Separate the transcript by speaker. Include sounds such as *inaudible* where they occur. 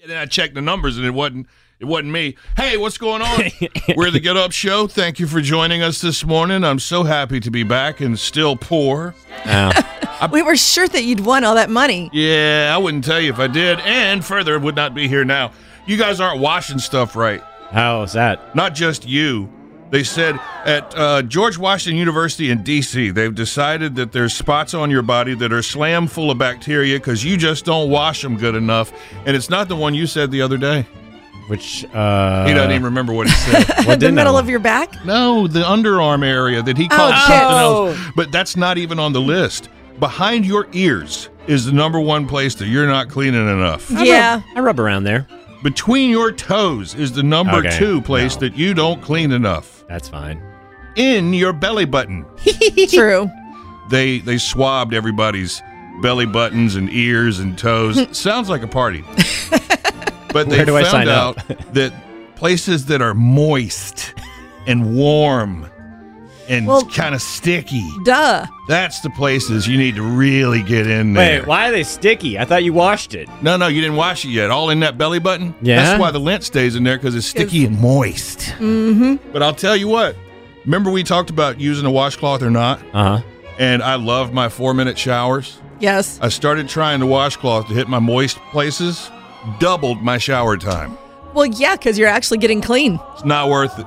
Speaker 1: Yeah, then I checked the numbers and it wasn't it wasn't me. Hey, what's going on? We're the Get Up Show. Thank you for joining us this morning. I'm so happy to be back and still poor.
Speaker 2: We were sure that you'd won all that money.
Speaker 1: Yeah, I wouldn't tell you if I did, and further would not be here now. You guys aren't washing stuff right.
Speaker 3: How's that?
Speaker 1: Not just you. They said at uh, George Washington University in D.C., they've decided that there's spots on your body that are slam full of bacteria because you just don't wash them good enough. And it's not the one you said the other day.
Speaker 3: Which uh
Speaker 1: He doesn't even remember what he said.
Speaker 3: what
Speaker 2: the
Speaker 3: didn't I
Speaker 2: middle
Speaker 3: want?
Speaker 2: of your back?
Speaker 1: no, the underarm area that he called
Speaker 2: Oh,
Speaker 1: something else. But that's not even on the list. Behind your ears is the number one place that you're not cleaning enough.
Speaker 3: Uh-huh.
Speaker 2: yeah.
Speaker 3: I rub around there.
Speaker 1: Between your toes is the number
Speaker 3: Okay,
Speaker 1: two place
Speaker 3: no.
Speaker 1: that you don't clean enough.
Speaker 3: That's fine.
Speaker 1: In your belly button.
Speaker 2: True. *laughs*
Speaker 1: They they swabbed everybody's belly buttons and ears and
Speaker 2: *laughs*
Speaker 1: toes. Sounds like a party. but they
Speaker 3: Where do I
Speaker 1: found
Speaker 3: sign
Speaker 1: out
Speaker 3: up?
Speaker 1: that places that are moist and warm and
Speaker 2: Well-
Speaker 1: kind of sticky,
Speaker 2: Duh.
Speaker 1: that's the places you need to really get in there.
Speaker 3: Wait, why are they sticky? I thought you washed it.
Speaker 1: No, no, you didn't wash it yet. All in that belly button.
Speaker 3: Yeah?
Speaker 1: That's why the lint stays in there because it's sticky and moist. Mm-hmm. But I'll tell you what. Remember we talked about using a washcloth or not?
Speaker 3: Uh huh.
Speaker 1: And I love my four minute showers.
Speaker 2: Yes.
Speaker 1: I started trying the washcloth to hit my moist places. Doubled my shower time.
Speaker 2: Well, yeah, because you're actually getting clean.
Speaker 1: It's not *laughs* worth it.